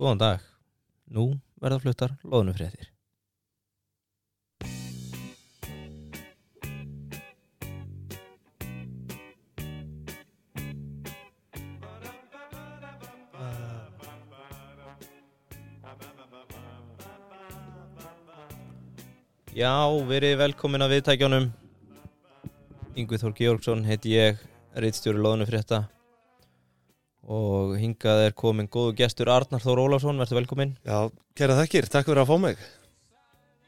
Góðan dag. Nú verða fluttar loðnufréttir. Já, verið velkomin að viðtækjanum. Yngvi Þór Georgsson heiti ég, reitstjóri loðnufrétta og hingað er komin góðu gestur Arnar Þór Ólafsson, verður velkomin. Já, kæra þekkir, takk fyrir að fá mig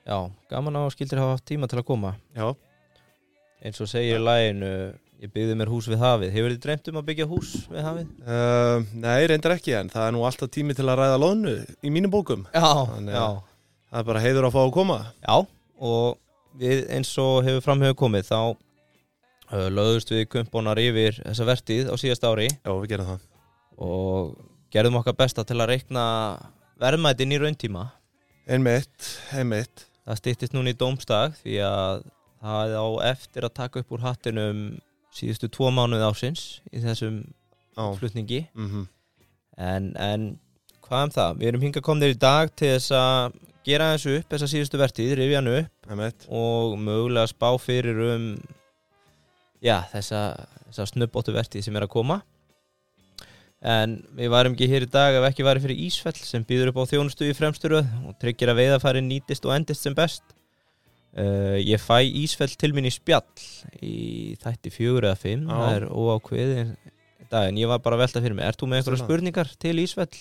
Já, gaman á að skildir hafa haft tíma til að koma Já, eins og segir í læginu ég byggði mér hús við hafið hefur þið dreymt um að byggja hús við hafið? uh, nei, reyndar ekki en það er nú alltaf tími til að ræða loðnu í mínum bókum Já, Þannig já, að- Það er bara heiður að fá að koma já og við eins og hefur framhefur komið þá uh, löðust við kumpónar yfir þessa vertíð á síðast ári Já, við gerum það og gerðum okkar besta til að reikna verðmætin í rauntíma Einmitt, einmitt það stýttist núna í dómstag því að það á eftir að taka upp úr hattinum síðustu tvo mánuð ásins í þessum Já, flutningi mm En, en hvað um það? Við erum hingað komnir í dag til þess að gera þessu upp, þessa síðustu vertíð, rifja hann upp einmitt og mögulega spá fyrir um já, þessa, þessa snubbóttu vertíð sem er að koma. En við varum ekki hér í dag ef ekki varum fyrir Ísfell sem býður upp á þjónustu í fremsturuð og tryggir að veiðafæri nýtist og endist sem best. Uh, ég fæ Ísfell til mín í spjall í þætti fjögur eða fimm, Já. það er óákveðið í dag en ég var bara að velta fyrir mig. Ert þú með einhverja Stemma. spurningar til Ísfell?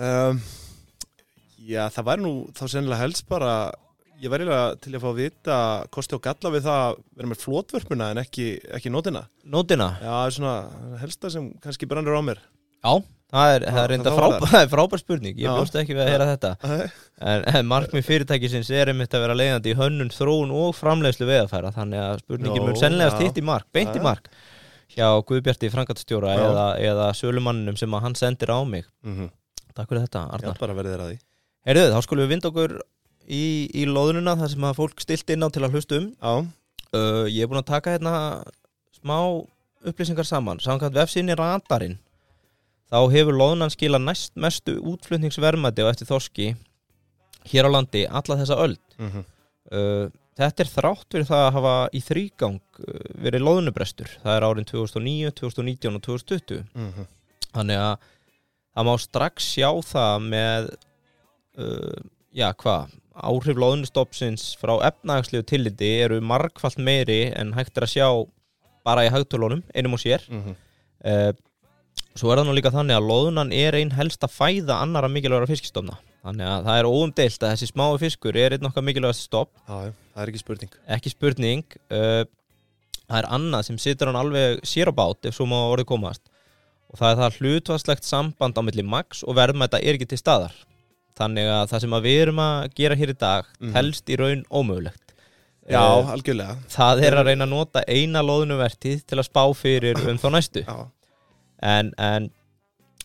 um, Já, það væri nú þá sennilega helst bara Ég væri eiginlega til að fá að vita kosti og galla við það að vera með flótvörpuna en ekki, ekki nótina Nótina? Já, það er svona helsta sem kannski brennur á mér Já, það er, það Já, er reynda það var frábær, það er frábær spurning Ég Já. bjóst ekki við að heyra þetta Æ, En, en markmið fyrirtækisins er einmitt að vera leiðandi í hönnun, þróun og framleiðslu veðafæra Þannig að spurningin Jó, mun sennilegast já. hitt í mark, beint í Já. mark Hjá Guðbjarti Frankatstjóra Já. eða, eða sölumanninum sem að hann sendir á mig mm Takk fyrir þetta, Já, Arnar bara verið þér að því Heyrðu, þá skulum við vinda okkur í, í loðununa þar sem að fólk stilt inn á til að hlusta um Já, uh, Ég er búinn að taka hérna smá upplýsingar saman Samkvæmt vefsinni radarinn þá hefur loðunan skila næst mestu útflutningsvermæti á eftir þorski hér á landi alla þessa öll mm uh, Þetta er þrátt fyrir það að hafa í þrýgang uh, verið loðunubrestur það er árin 2009, 2019 og 2020 mhm, þannig að það má strax sjá það með uh, já hvað áhrif loðnustofnsins frá efnahagslegu tilliti eru margfalt meiri en hægt er að sjá bara í hagtölunum einum og sér mhm. uh, svo er það nú líka þannig að loðunan er einn helst að fæða annara mikilvægra fiskistofna þannig að það er óumdeilt að þessi smáu fiskur er einn okkar mikilvægast stofn Já, já, það er ekki spurning ekki spurning uh, það er annað sem situr hann alveg sér á bát ef svo má orðið komast og það er það hlutvarslegt samband á milli max og verðmæta er ekki til staðar þannig að það sem að við erum að gera hér í dag Mhm. telst í raun ómögulegt Já, Eh, algjörlega það er að reyna að nota eina loðnuvertið til að spá fyrir um þá næstu Já, en, en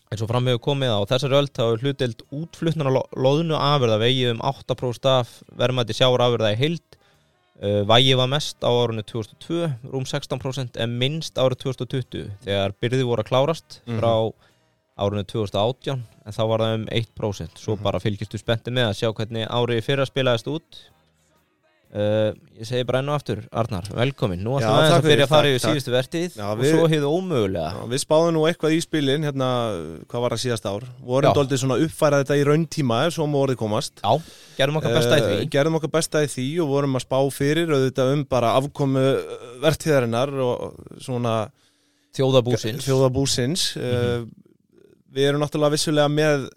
eins og fram hefur komið á þessari öll þá er hlutild útflutnar á lo- loðnu afurða vegið um 8% af verðmætti sjáur afurða í heild uh, vægið var mest á árunni 2002 rúm 16% en minnst árið 2020 þegar byrði voru að klárast Mhm. frá árunni 2018 en þá var það um 1% svo Mhm. bara fylgistu spennti með að sjá hvernig árið í fyrra spilaðist út Uh, ég segi bara enn og aftur, Arnar, velkomin Nú Já, ætlum við takk að byrja að fyrir, fara takk, yfir takk. síðustu vertið Já, og við- svo hefðu ómögulega Já, við spáðum nú eitthvað í spilin hérna, hvað var það síðast ár vorum Já. doldið svona að uppfæra þetta í rauntíma ef svo má orðið komast Já, gerum okkar besta í því Eh, gerðum okkar besta í því og vorum að spá fyrir auðvitað um bara afkomu eh, vertíðarinnar og svona Þjóðabúsins þjóðabúsins Mhm. Eh, við erum náttúrulega vissulega með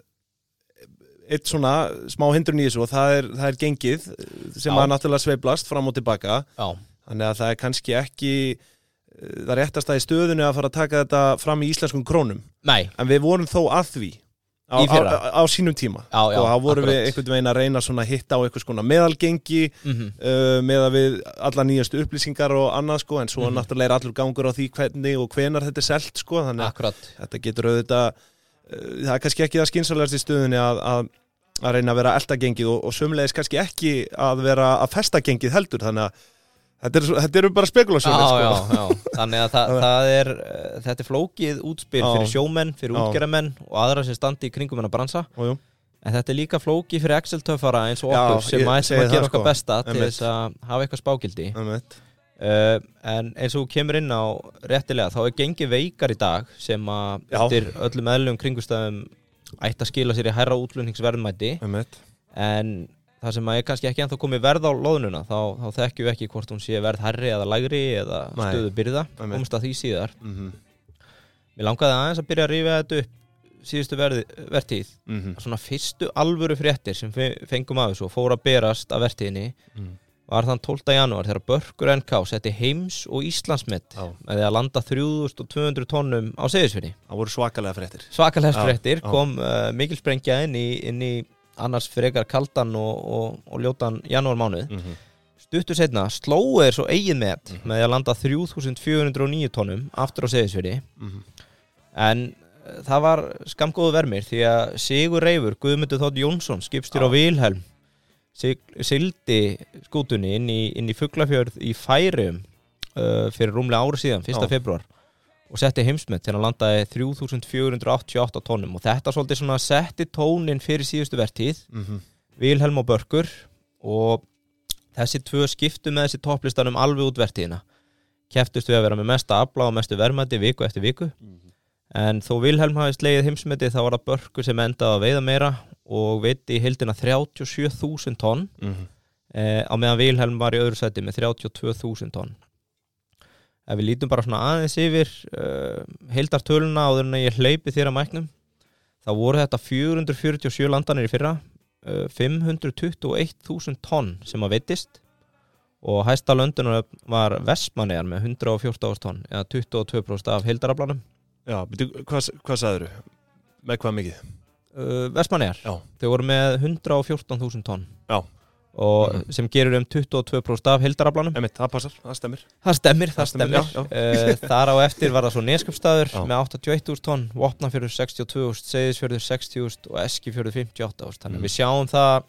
eitt svona smá hindrun í þessu og það er, það er gengið eh, sem Já. að náttúrulega sveiblast fram og tilbaka Já, Þannig að það er kannski ekki eh, það réttast að í stöðunni að fara að taka þetta fram í íslenskum krónum. nei, En við vorum þó að því á, Í fyrra. á, á, á sínum tíma. já, já og þá vorum við akkurat. einhvern veginn að reyna svona að hitta á einhvers konar meðalgengi Mhm, uh, með að við alla nýjastu upplýsingar og annað sko, en svo Mhm. náttúrulega er allur gangur á því hvernig og hvenar þetta er selt sko, þannig að Akkurat, þetta getur auðvitað uh, það er kannski ekki það skynsalegast í stöðunni að, að, að reyna að vera eldagengið og, og sömulegis kannski ekki að vera að festagengið heldur þannig að Þetta eru, svo- þetta eru bara spekulasjónir já, sko. já, já. þannig að það, það er eh, þetta er flókið útspil Já. fyrir sjómenn fyrir Já. útgerðamenn og aðra sem standi í kringum en að bransa Ó, jú. en þetta er líka flókið fyrir Excel töffara eins og Já, okkur ég sem aðeins segi að gera það, okkar sko. besta til Einmitt. þess að hafa eitthvað spágildi Einmitt. uh, en eins og þú kemur inn á réttilega þá er gengið veikar í dag sem að Já. eftir öllum eðlum kringustæðum ætti að skila sér í hærra útlunningsverðmæti Einmitt. en það sem að er kannski ekki ennþá komið verð á loðnuna þá, þá þekkjum við ekki hvort hún sé verð hærri eða lægri eða Nei. stöðu byrða Einmitt. komist að því síðar Mhm. Mér langaði aðeins að byrja að rífa þetta upp síðustu verði, vertíð Mhm. svona fyrstu alvöru fréttir sem fe- fengum af þessu og fóru að berast af vertíðinni Mhm. var þann 12. janúar þegar Börkur NK setti heims og Íslandsmet Já. með því að landa 3200 tonnum á segisfinni Það voru svakalega fréttir svakalegst Já, fréttir, já. kom uh, mikil sprengja inn í, inn í annars frekar kaldan og, og, og ljótan janúarmánuð. mm Stuttur setna slóu þeir svo eigin met með því að landa 3409 tónum aftur á seðisverði Mhm. en uh, það var skamgóðu vermir því að Sigur Reifur, Guðmundur Þótt Jónsson skipstýr á Vilhelm sildi skútunni inn í, inn í Fuglafjörð í Færum uh, fyrir rúmlega ári síðan, 1. Já. februar og setti heimsmet til að landaði 3488 tónum og þetta svolítið svona setti tónin fyrir síðustu vertíð Mm-hmm. Vilhelm og Börkur og þessi tvö skiptu með þessi topplistanum alveg út vertíðina keftust við að vera með mesta afla og mestu verðmæti viku eftir viku Mhm. en þó Vilhelm hafi slegið heimsmeti þá var það Börkur sem endaði að veiða meira og veitti í heildina 37.000 tonn Mm-hmm. eh, á meðan Vilhelm var í öðru sæti með 32.000 tonn ef við lítum bara svona aðeins yfir eh, heildartöluna áður en að ég hleypi þér að mæknum þá voru þetta 447 landanir í fyrra eh, 521.000 tonn sem að veitist og hæsta löndunar var Vestmannegar með 114.000 tonn eða 22% af heildaraflanum Já, byrju, hvað, hvað sagður Með hvað mikið? uh, Vestmannegar, Já. þau voru með 114.000 tonn Já. og Mhm. sem gerur um 22% af heildaraflanum Einmitt, það passar, það stemmir Það stemmir, það Það stemmir, stemmir, Uh, Þar á eftir var það svo neskjöpstaður Já. með 81.000 tonn, Vopnafjörður 62.000, Seyðisfjörður 60.000 og Eskifjörður 58.000 Þannig Mm. við sjáum það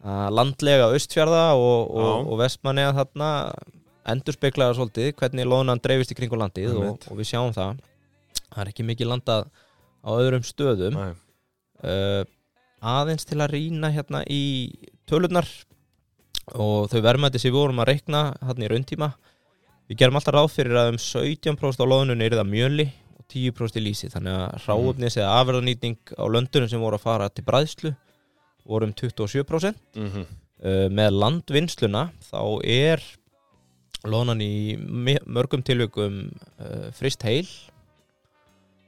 uh, landlega austfjörða og, og, Já. og vestmanniða þarna endurspeglaða svolítið hvernig loðunan dreifist í kringum landið og, Einmitt. og við sjáum það Það er ekki mikið landað á öðrum stöðum Nei. uh, aðeins til að rýna hérna í tölurnar og þau verðmætti sem við vorum að reikna hérna í rauntíma við gerum alltaf ráð fyrir að um 17% á loðunum er það mjöli og 10% í lýsi þannig að ráðumnis eða afverðanýtning á löndunum sem voru að fara til bræðslu voru um 27% Mhm. uh, með landvinnsluna þá er lónan í mi- mörgum tilvikum uh, frist heil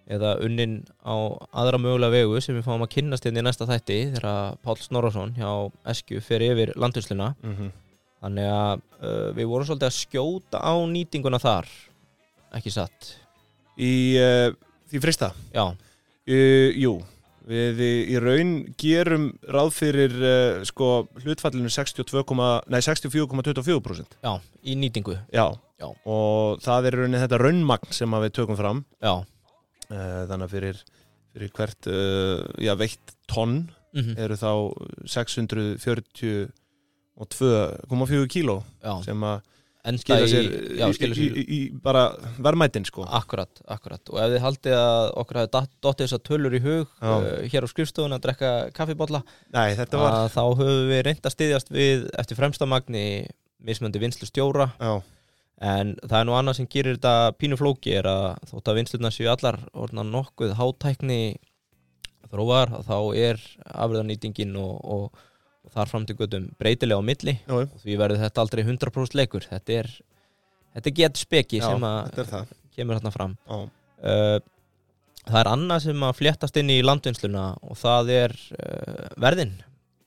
eða unnin á aðra mögulega vegu sem við fáum að kynnast hérna í næsta þætti þegar að Páll Snorrason hjá Eskju fer yfir landvinsluna Mhm. þannig að uh, við vorum svolítið að skjóta á nýtinguna þar ekki satt Í uh, því frista já, uh, Jú, við í í raun gerum ráð fyrir uh, sko, hlutfallinu 62, nei, 64,24% já, í nýtingu Já. Já. og það er í rauninni þetta raunmagn sem að við tökum fram já, uh, þannig að fyrir, fyrir hvert uh, já, veitt tonn mhm, eru þá 642,4 kíló já. sem að enda skila í- Ah. sér, já, í, skila í, sér í, í bara verðmætin sko Akkurat, akkurat og ef þið haldið að okkur hafi dat- dottið þessar tölur í hug Já. uh, hér á skrifstofun að drekka kaffibotla Nei, þetta var að þá höfum við reynd að styðjast við eftir fremstamagni mismöndi vinslu stjóra já, en það er nú annað sem gerir þetta pínu flóki er að þótt að vinslurnar séu allar orðna nokkuð hátækni þróar þá er afriðanýtingin og, og, og þar fram til göttum breytilega á milli já, og því verður þetta aldrei 100% leikur þetta er, þetta er get speki já, sem þetta að er það kemur þarna fram já, uh, það er annað sem að fléttast inn í landvinnsluna og það er uh, verðin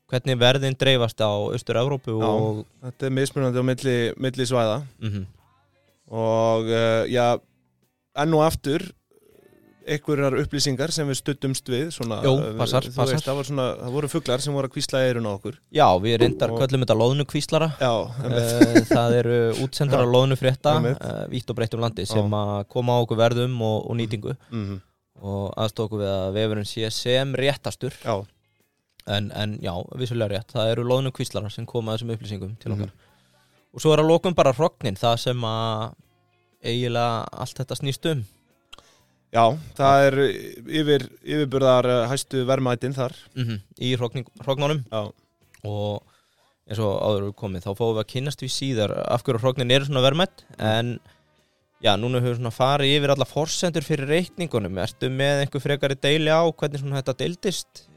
hvernig verðin dreifast á Östur-Európu Já. og Þetta er mismunandi á milli, milli svæða mm og uh, já, enn og aftur einhverjar upplýsingar sem við stuttumst við svona, Jú, uh, passar, þú passar. veist, það, var svona, það voru fuglar sem voru að kvísla eirun á okkur já, við reyndar Og- köllum þetta loðnukvíslara Já, uh, það eru útsendar á loðnufrétta einmitt. uh, vítt og breytt um landi sem að koma á okkur verðum og, og nýtingu mm -hmm. og aðstofa okkur við að vefurinn sé sem réttastur já en, en já, vissulega rétt, það eru loðnukvíslarar sem koma að þessum upplýsingum til okkar Mhm. og svo er að lokum bara hrognin það sem að eiginlega allt þetta snýst um Já, það er yfir, yfirburðar eh, hæstu vermaðin þar í hrogning, hrognunum Já, og eins og áður við komið þá fáum við að kynnast við síðar af hverju hrognin eru svona vermætt en já, núna höfum við svona farið yfir alla forsendur fyrir reikningunum ertu með einhver frekari deili á hvernig svona þetta deildist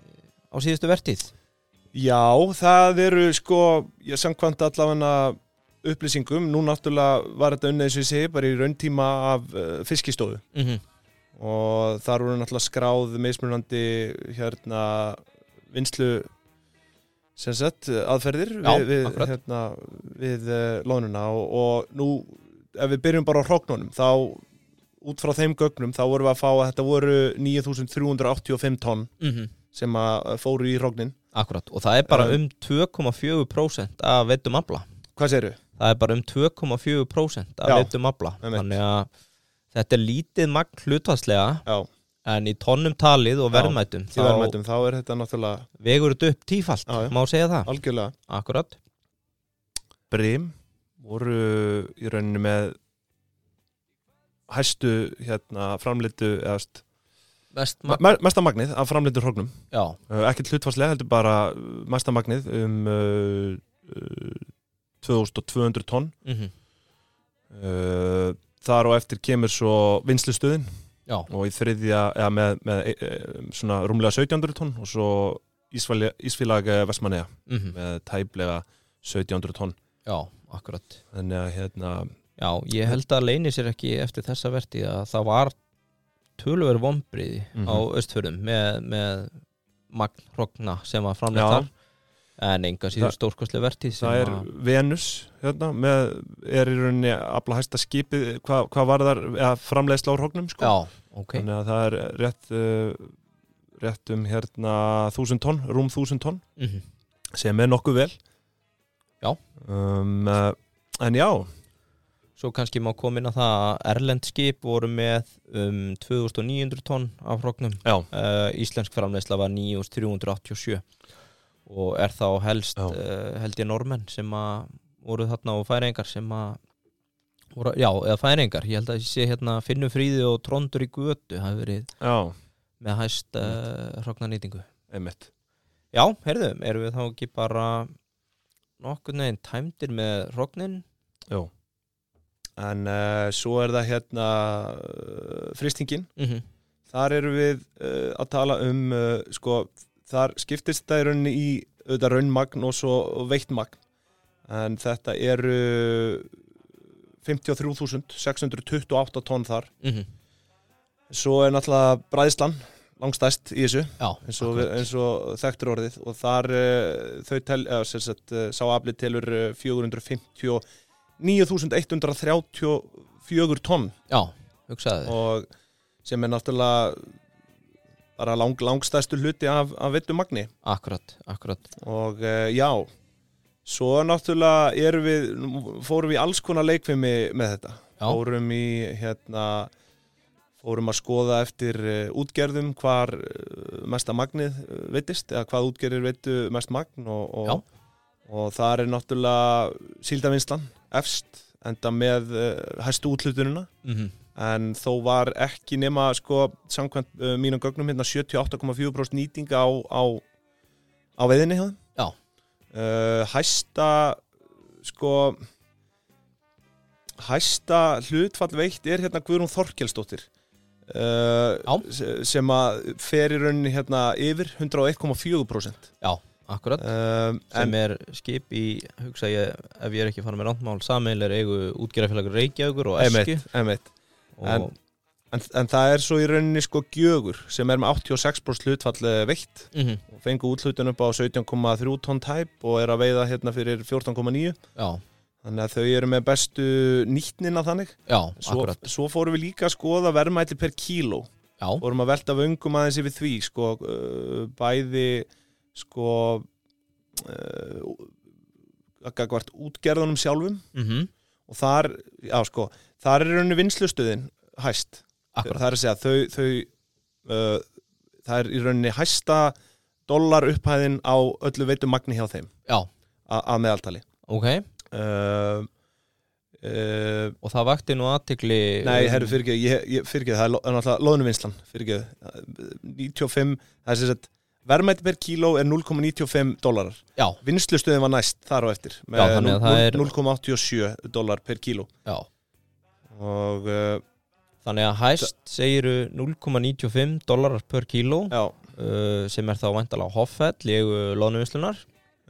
á síðustu vertið já það eru sko, ég samkvæmt allavega upplýsingum, nú náttúrulega var þetta unnið eins og ég segi, bara í rauntíma af uh, fiskistofu mm og þar voru náttúrulega skráð mismunandi hérna vinslu sem sett aðferðir Já, við, við, akkurat. hérna, við uh, lónuna og, og nú ef við byrjum bara á hróknunum þá út frá þeim gögnum þá vorum við að fá að þetta voru 9.385 tonn sem að fóru í hróknin akkurat og það er bara Eh. um 2,4% af veitum afla Hvað segirðu? það er bara um 2,4% af Já, veitum afla einmitt. þannig að þetta er lítið magn hlutvarslega Já, en í tonnum talið og Já, verðmætum því verðmætum, þá er þetta náttúrulega vegur þetta upp tífalt, Já, já. má segja það algjörlega akkurat, Brim voru í rauninu með hæstu hérna framleitu eða st- mest Ma- magn me- Mesta magnið af framleitur hróknum já, uh, ekkert hlutfarslega heldur bara uh, mesta magnið um uh, uh, 2200 tonn mm uh, þar og eftir kemur svo vinslustöðin já, og í þriðja eða, með, með e, e, svona rúmlega 1700 tonn og svo Ísfæli- Ísfélag Vestmanneja mm með tæplega 1700 tonn já, akkurat þannig að hérna já, ég held að leini sér ekki eftir þessa verti að það var tölver vombriði Mhm. á östfjörðum með, með magn hrogna sem var framleitt Já. þar en enga síður Það- stórkostlega verti sem það er að, Venus hérna, með, er í rauninni afla hæsta skipið hvað hva var þar framleiðsla á hróknum sko. já, ok þannig að það er rétt uh, rétt um hérna 1000 tonn, rúm 1000 tonn mm sem er nokkuð vel Já. um, uh, en já, Svo kannski má koma inn að það að Erlend skip voru með um 2900 tonn af hrognum. Já. Eh, íslensk framleiðsla var 9387 og er þá helst, Já. uh, held ég, normenn sem að voru þarna og færingar sem að voru, já, eða færingar, ég held að ég sé hérna Finnum fríði og Trondur í götu hafi verið já, með hæst uh, hrognanýtingu. einmitt Já, heyrðu, erum við þá ekki bara nokkurn veginn tæmdir með hrognin? en uh, svo er það hérna uh, fristingin Mm þar eru við uh, að tala um uh, sko, þar skiptist það í rauninni í auðvitað raunmagn og svo veittmagn en þetta eru 53.628 tonn þar svo er náttúrulega bræðslan langstæst í þessu Já, eins og, við, eins og þekktur orðið og þar uh, þau tel, eða, sem sagt, uh, sá aflið telur uh, 459.134 tonn Já, hugsaðu þér og sem er náttúrulega bara lang, langstæstu hluti af, af vittum magni Akkurat, akkurat og uh, já svo náttúrulega erum við nú fórum við í alls konar leikfimi með þetta Já, fórum í hérna fórum að skoða eftir uh, útgerðum hvar uh, mesta magnið uh, veitist eða hvað útgerðir veitu mest magn og, Já. og, og þar er náttúrulega síldavinslan efst enda með uh, hæstu útlutununa mm en þó var ekki nema sko, samkvæmt uh, mínum gögnum hérna 78,4% nýting á, á, á veiðinni hjá þeim. Já. uh, hæsta sko hæsta hlutfall veitt er hérna Guðrún Þorkelsdóttir uh, Já. se- sem að fer í rauninni hérna yfir 101,4% já, akkurat um, sem er skip í, hugsa ég ef ég er ekki farin með rántmál, sameilir eigu útgerðafélagur Reykjavíkur og Eski einmitt, einmitt. og, en- En, en það er svo í rauninni sko gjögur sem er með 86% hlutfall eh, veitt Mhm, og fengu útlutun upp á 17,3 tonn tæp og er að veiða hérna fyrir 14,9 Já, þannig að þau eru með bestu nýtnina þannig já, svo, akkurat svo fórum við líka að skoða verðmæti per kíló Já, fórum að velta vöngum aðeins yfir því sko, uh, bæði sko uh, gagvart útgerðunum sjálfum mm og þar, já sko, þar er rauninni vinslustöðin hæst akkurat það er að segja þau, þau uh, það er í rauninni hæsta dólar upphæðin á öllu veitum magni hjá þeim Já, a- að meðaltali ok, uh, uh, og það vakti nú um- aðtikli Nei, herru, fyrirgeðu, ég, ég, fyrirgeðu, það er lo- er náttúrulega loðnuvinslan, fyrirgeðu, 95, það er sem sagt, verðmætti per kíló er 0,95 dólarar. já, Vinslustöðin var næst þar á eftir, Já, með þannig að það er- 0,87 dólar per kíló. já. Og, uh, þannig að hæst segiru 0,95 dólarar per kíló já, uh, sem er þá væntalega hoffell í eigu lónuvinslunar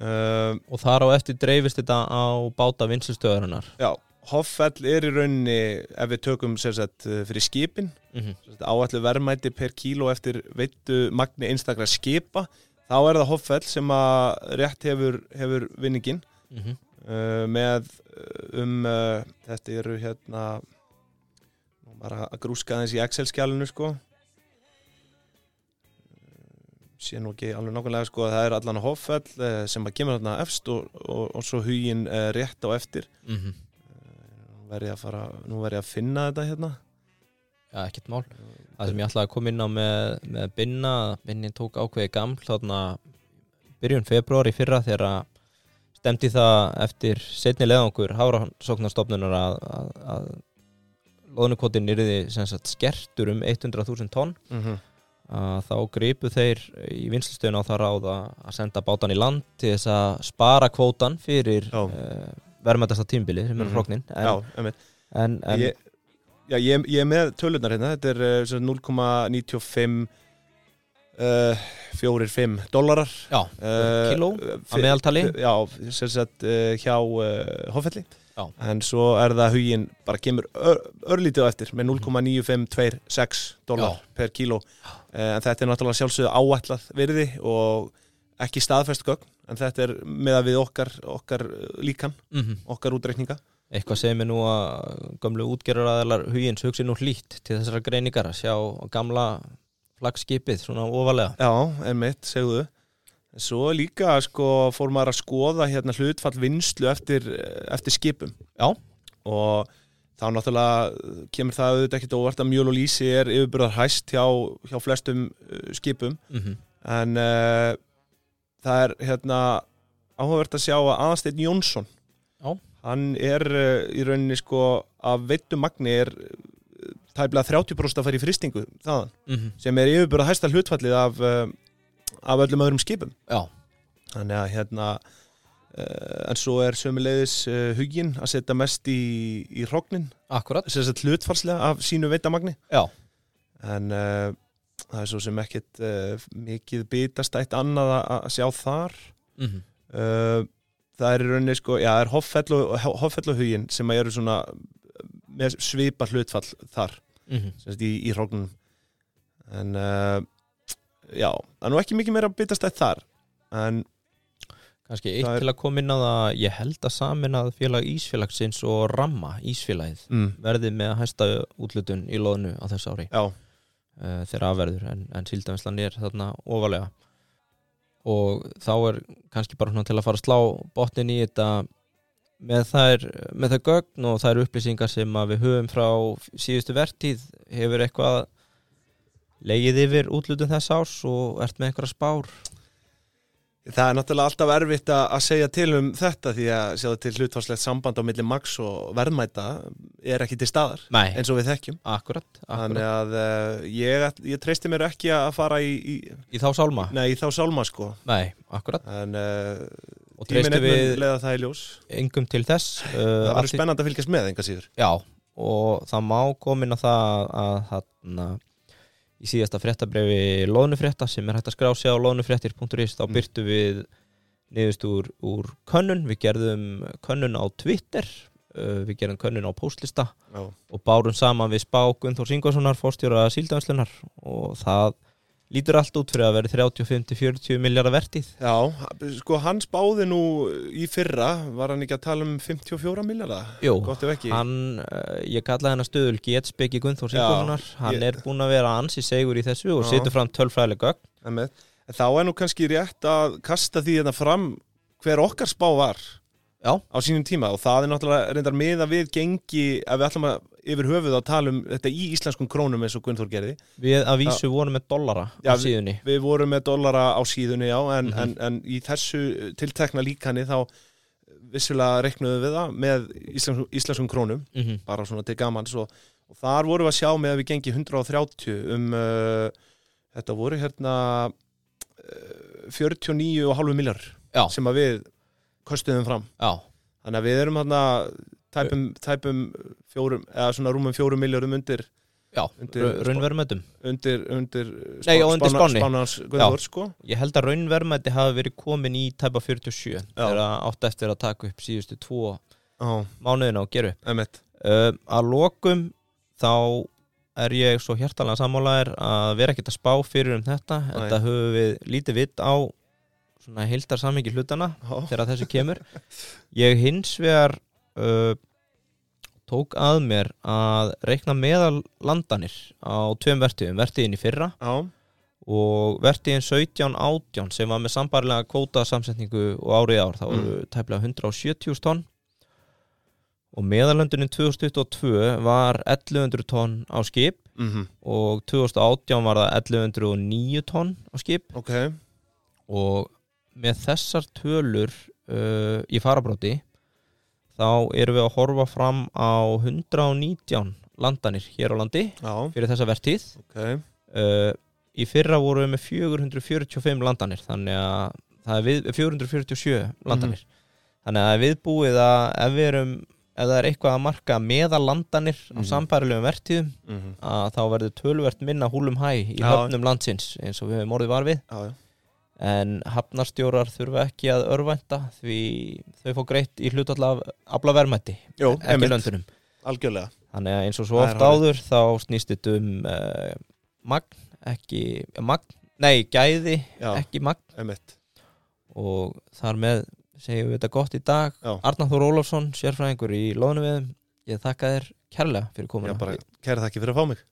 uh, og þar á eftir dreifist þetta á báta vinslustöðurinnar já, Hoffell er í rauninni, ef við tökum sem sagt uh, fyrir skipin, mm -hmm. sem sagt, áætlu verðmætti per kíló eftir veittu magni einstakra skipa, þá er það Hoffell sem að rétt hefur, hefur vinningin. mhm. uh, með uh, um uh, þetta eru hérna nú bara að grúska aðeins í Excel-skjálinu sko Eh, sé nú ekki alveg nákvæmlega sko að það er allan hoffell uh, sem að kemur þarna efst og, og, og svo hugin uh, rétt á eftir mm -hmm. nú verð ég að fara, nú verð ég að finna þetta hérna Já, ekkert mál Það sem ég ætlaði að koma inn á með, með Binna Binni tók ákveði gaml þarna byrjun februar í fyrra þegar að stemdi það eftir setni leðangur hafransóknarstofnunar að, að, að loðnukotin yrði sem sagt skertur um 100.000 tonn mm -hmm. að þá gripu þeir í vinslustöðun á það ráð að að senda bátan í land til þess að spara kvótan fyrir Já. uh, verðmættasta tímbili sem er Mhm. hróknin en, já, einmitt en, en ég, já, ég, ég er með tölunar hérna þetta er uh, sem sagt 0,95 uh, 4,5 dólarar já, uh, kíló að fyr- meðaltali Já, sem sagt uh, hjá uh, Hoffelli Já. En svo er það hugin bara kemur ör, örlítið á eftir með 0,9526 dólar per kíló uh, En þetta er náttúrulega sjálfsögðu áætlað virði og ekki staðfest gögn En þetta er með að við okkar, okkar eh, líkan, mm okkar útreikninga Eitthvað segir mér nú að gömlu útgerðaraðalar hugins hugsi nú hlýtt til þessara greiningar að sjá gamla flaggskipið svona ofalega. Já, en mitt, segðu Svo líka sko, fór maður að skoða hérna, hlutfall vinslu eftir, eftir skipum Já. og þá náttúrulega eh, kemur það auðvitað ekkert óvart að mjöl og lýsi er yfirbyrðar hæst hjá, hjá flestum uh, skipum Mm en uh, það er hérna áhugavert að sjá að Aðansteinn Jónsson Já. hann er uh, í rauninni sko að veittu magni er uh, tæplega 30% að fara í fristingu þaðan sem er yfirbyrða hæsta hlutfallið af, uh, af öllum öðrum skipum Já, þannig að hérna uh, en svo er sömuleiðis uh, hugin að setja mest í, í hróknin akkurat. sem sagt hlutfarslega af sínu veitamagni Já, en uh, það er svo sem ekkit uh, mikið bitast eitt annað að- að sjá þar mm uh, það er í rauninni sko já, það er hoffell og, hoffell og hugin sem að eru svona eh, með svipa hlutfall þar sem sagt í, í hróknum en uh, já, það er nú ekki mikið meira bitast eitt þar en kannski eitt Það er- til að koma inn á það, ég held að samin að félag Ísfélagsins og Ramma Ísfélagið mm, verði með hæsta útlutun í loðinu á þessu ári. já, uh, þegar afverður en, en síldavinslan er þarna ofalega og þá er kannski bara svona til að fara að slá botnin í þetta með þær, með þær gögn og þær upplýsingar sem að við höfum frá síðustu vertíð hefur eitthvað legið yfir útlutun þess árs og ert með einhverja spár Það er náttúrulega alltaf erfitt að að segja til um þetta því að sjá það til hlutvarslegt samband á milli max og verðmæta er ekki til staðar Nei, eins og við þekkjum. akkurat, akkurat. Þannig að uh, ég, ætl- ég treysti mér ekki að fara í, í, í þá sálma nei, í þá sálma sko Nei, akkurat en uh, og tíminn treystu mun við leiða það í ljós. engum til þess uh, Það að verður því- spennandi að fylgjast með enga síður. Já, og það má komin að það að þarna í síðasta fréttabrifi loðnufrétta sem er hægt að skrá sig á loðnufréttir.is þá Mm. byrtu við niðurst úr, úr könnun, við gerðum könnun á Twitter uh, við gerðum könnun á postlista Já, og bárum saman við spá Gunnþór Singvarssonar fórstjóra síldönslunar og það lítur allt út fyrir að vera 35-40 miljardar vertið Já sko hans báði nú í fyrra, var hann ekki að tala um 54 miljardar? Jú, Gott ef ekki. hann, uh, ég kallaði hennar stöðul Getspeki Gunnþór Já, Sigurðssonar hann ég- er búinn að vera ansi segur í þessu og Já. setur fram tölfræðileg gögn Einmitt. En þá er nú kannski rétt að kasta því hérna fram hver okkar spá var Já. á sínum tíma og það er náttúrulega reyndar miða við gengi að við ætlum að yfir höfuð að tala um þetta í íslenskum krónum eins og Gunnþór gerði. við að vísu vorum með dollara Já, á við- síðunni Við vorum með dollara á síðunni já en, Mhm. en, en í þessu tiltekna líkani þá vissulega reiknuðu við það með íslenskum, íslenskum krónum mm -hmm. bara svona til gaman og, og þar vorum við að sjá með að við gengi 130 um uh, þetta voru hérna uh, 49,5 miljar Já. sem að við kostuðum fram Já, þannig að við erum hérna tæpum, tæpum fjórum eða svona rúmum fjórum miljarum undir já, Undir- ra- raunverðmætum undir, undir Nei, já, undir Spáni. spánans Guðvort sko Ég held að raunverðmæti hafi verið komin í tæpa 47 þegar það átt eftir að taka upp síðustu tvo Já, mánuðina og geru emitt uh, að lokum þá er ég svo hjertalega sammálaðir að vera ekkert að spá fyrir um þetta Nei. en það höfum við lítið vitt á svona heildar samingi hlutana þegar þessu kemur ég hins vegar uh, tók að mér að reikna meðal landanir á tveim vertiðum, vertiðin í fyrra Já, og vertiðin 17-18 sem var með sambarlega kvótasamsetningu og árið ár, þá voru tæplega 170 tonn og meðalöndunin 2022 var 1100 tonn á skip mhm, og 2018 var það 1109 tonn á skip ok og með þessar tölur uh, í farabróti þá erum við að horfa fram á 119 landanir hér á landi Já, fyrir þessa vertíð ok uh, í fyrra vorum við með 445 landanir þannig að það er við, 447 Mhm. landanir þannig að við búið að ef við erum ef það er eitthvað að marka meðal landanir á Mhm. sambærilegum vertíðum mhm, að þá verður töluvert minna húlum hæ í Já. höfnum landsins eins og við hefum orðið var við Já, já, en hafnarstjórar þurfa ekki að örvænta því þau fá greitt í hlutall af afla verðmætti, Jó, ekki einmitt. löndunum algjörlega þannig að eins og svo Það er oft áður þá snýst þetta um uh, magn, ekki eh, magn, nei, gæði, Já, ekki magn emitt og þar með segjum við þetta gott í dag Já. Arnar Þór Ólafsson, sérfræðingur í loðnum ég þakka þér kærlega fyrir Já, komuna bara kæra þakki fyrir að fá mig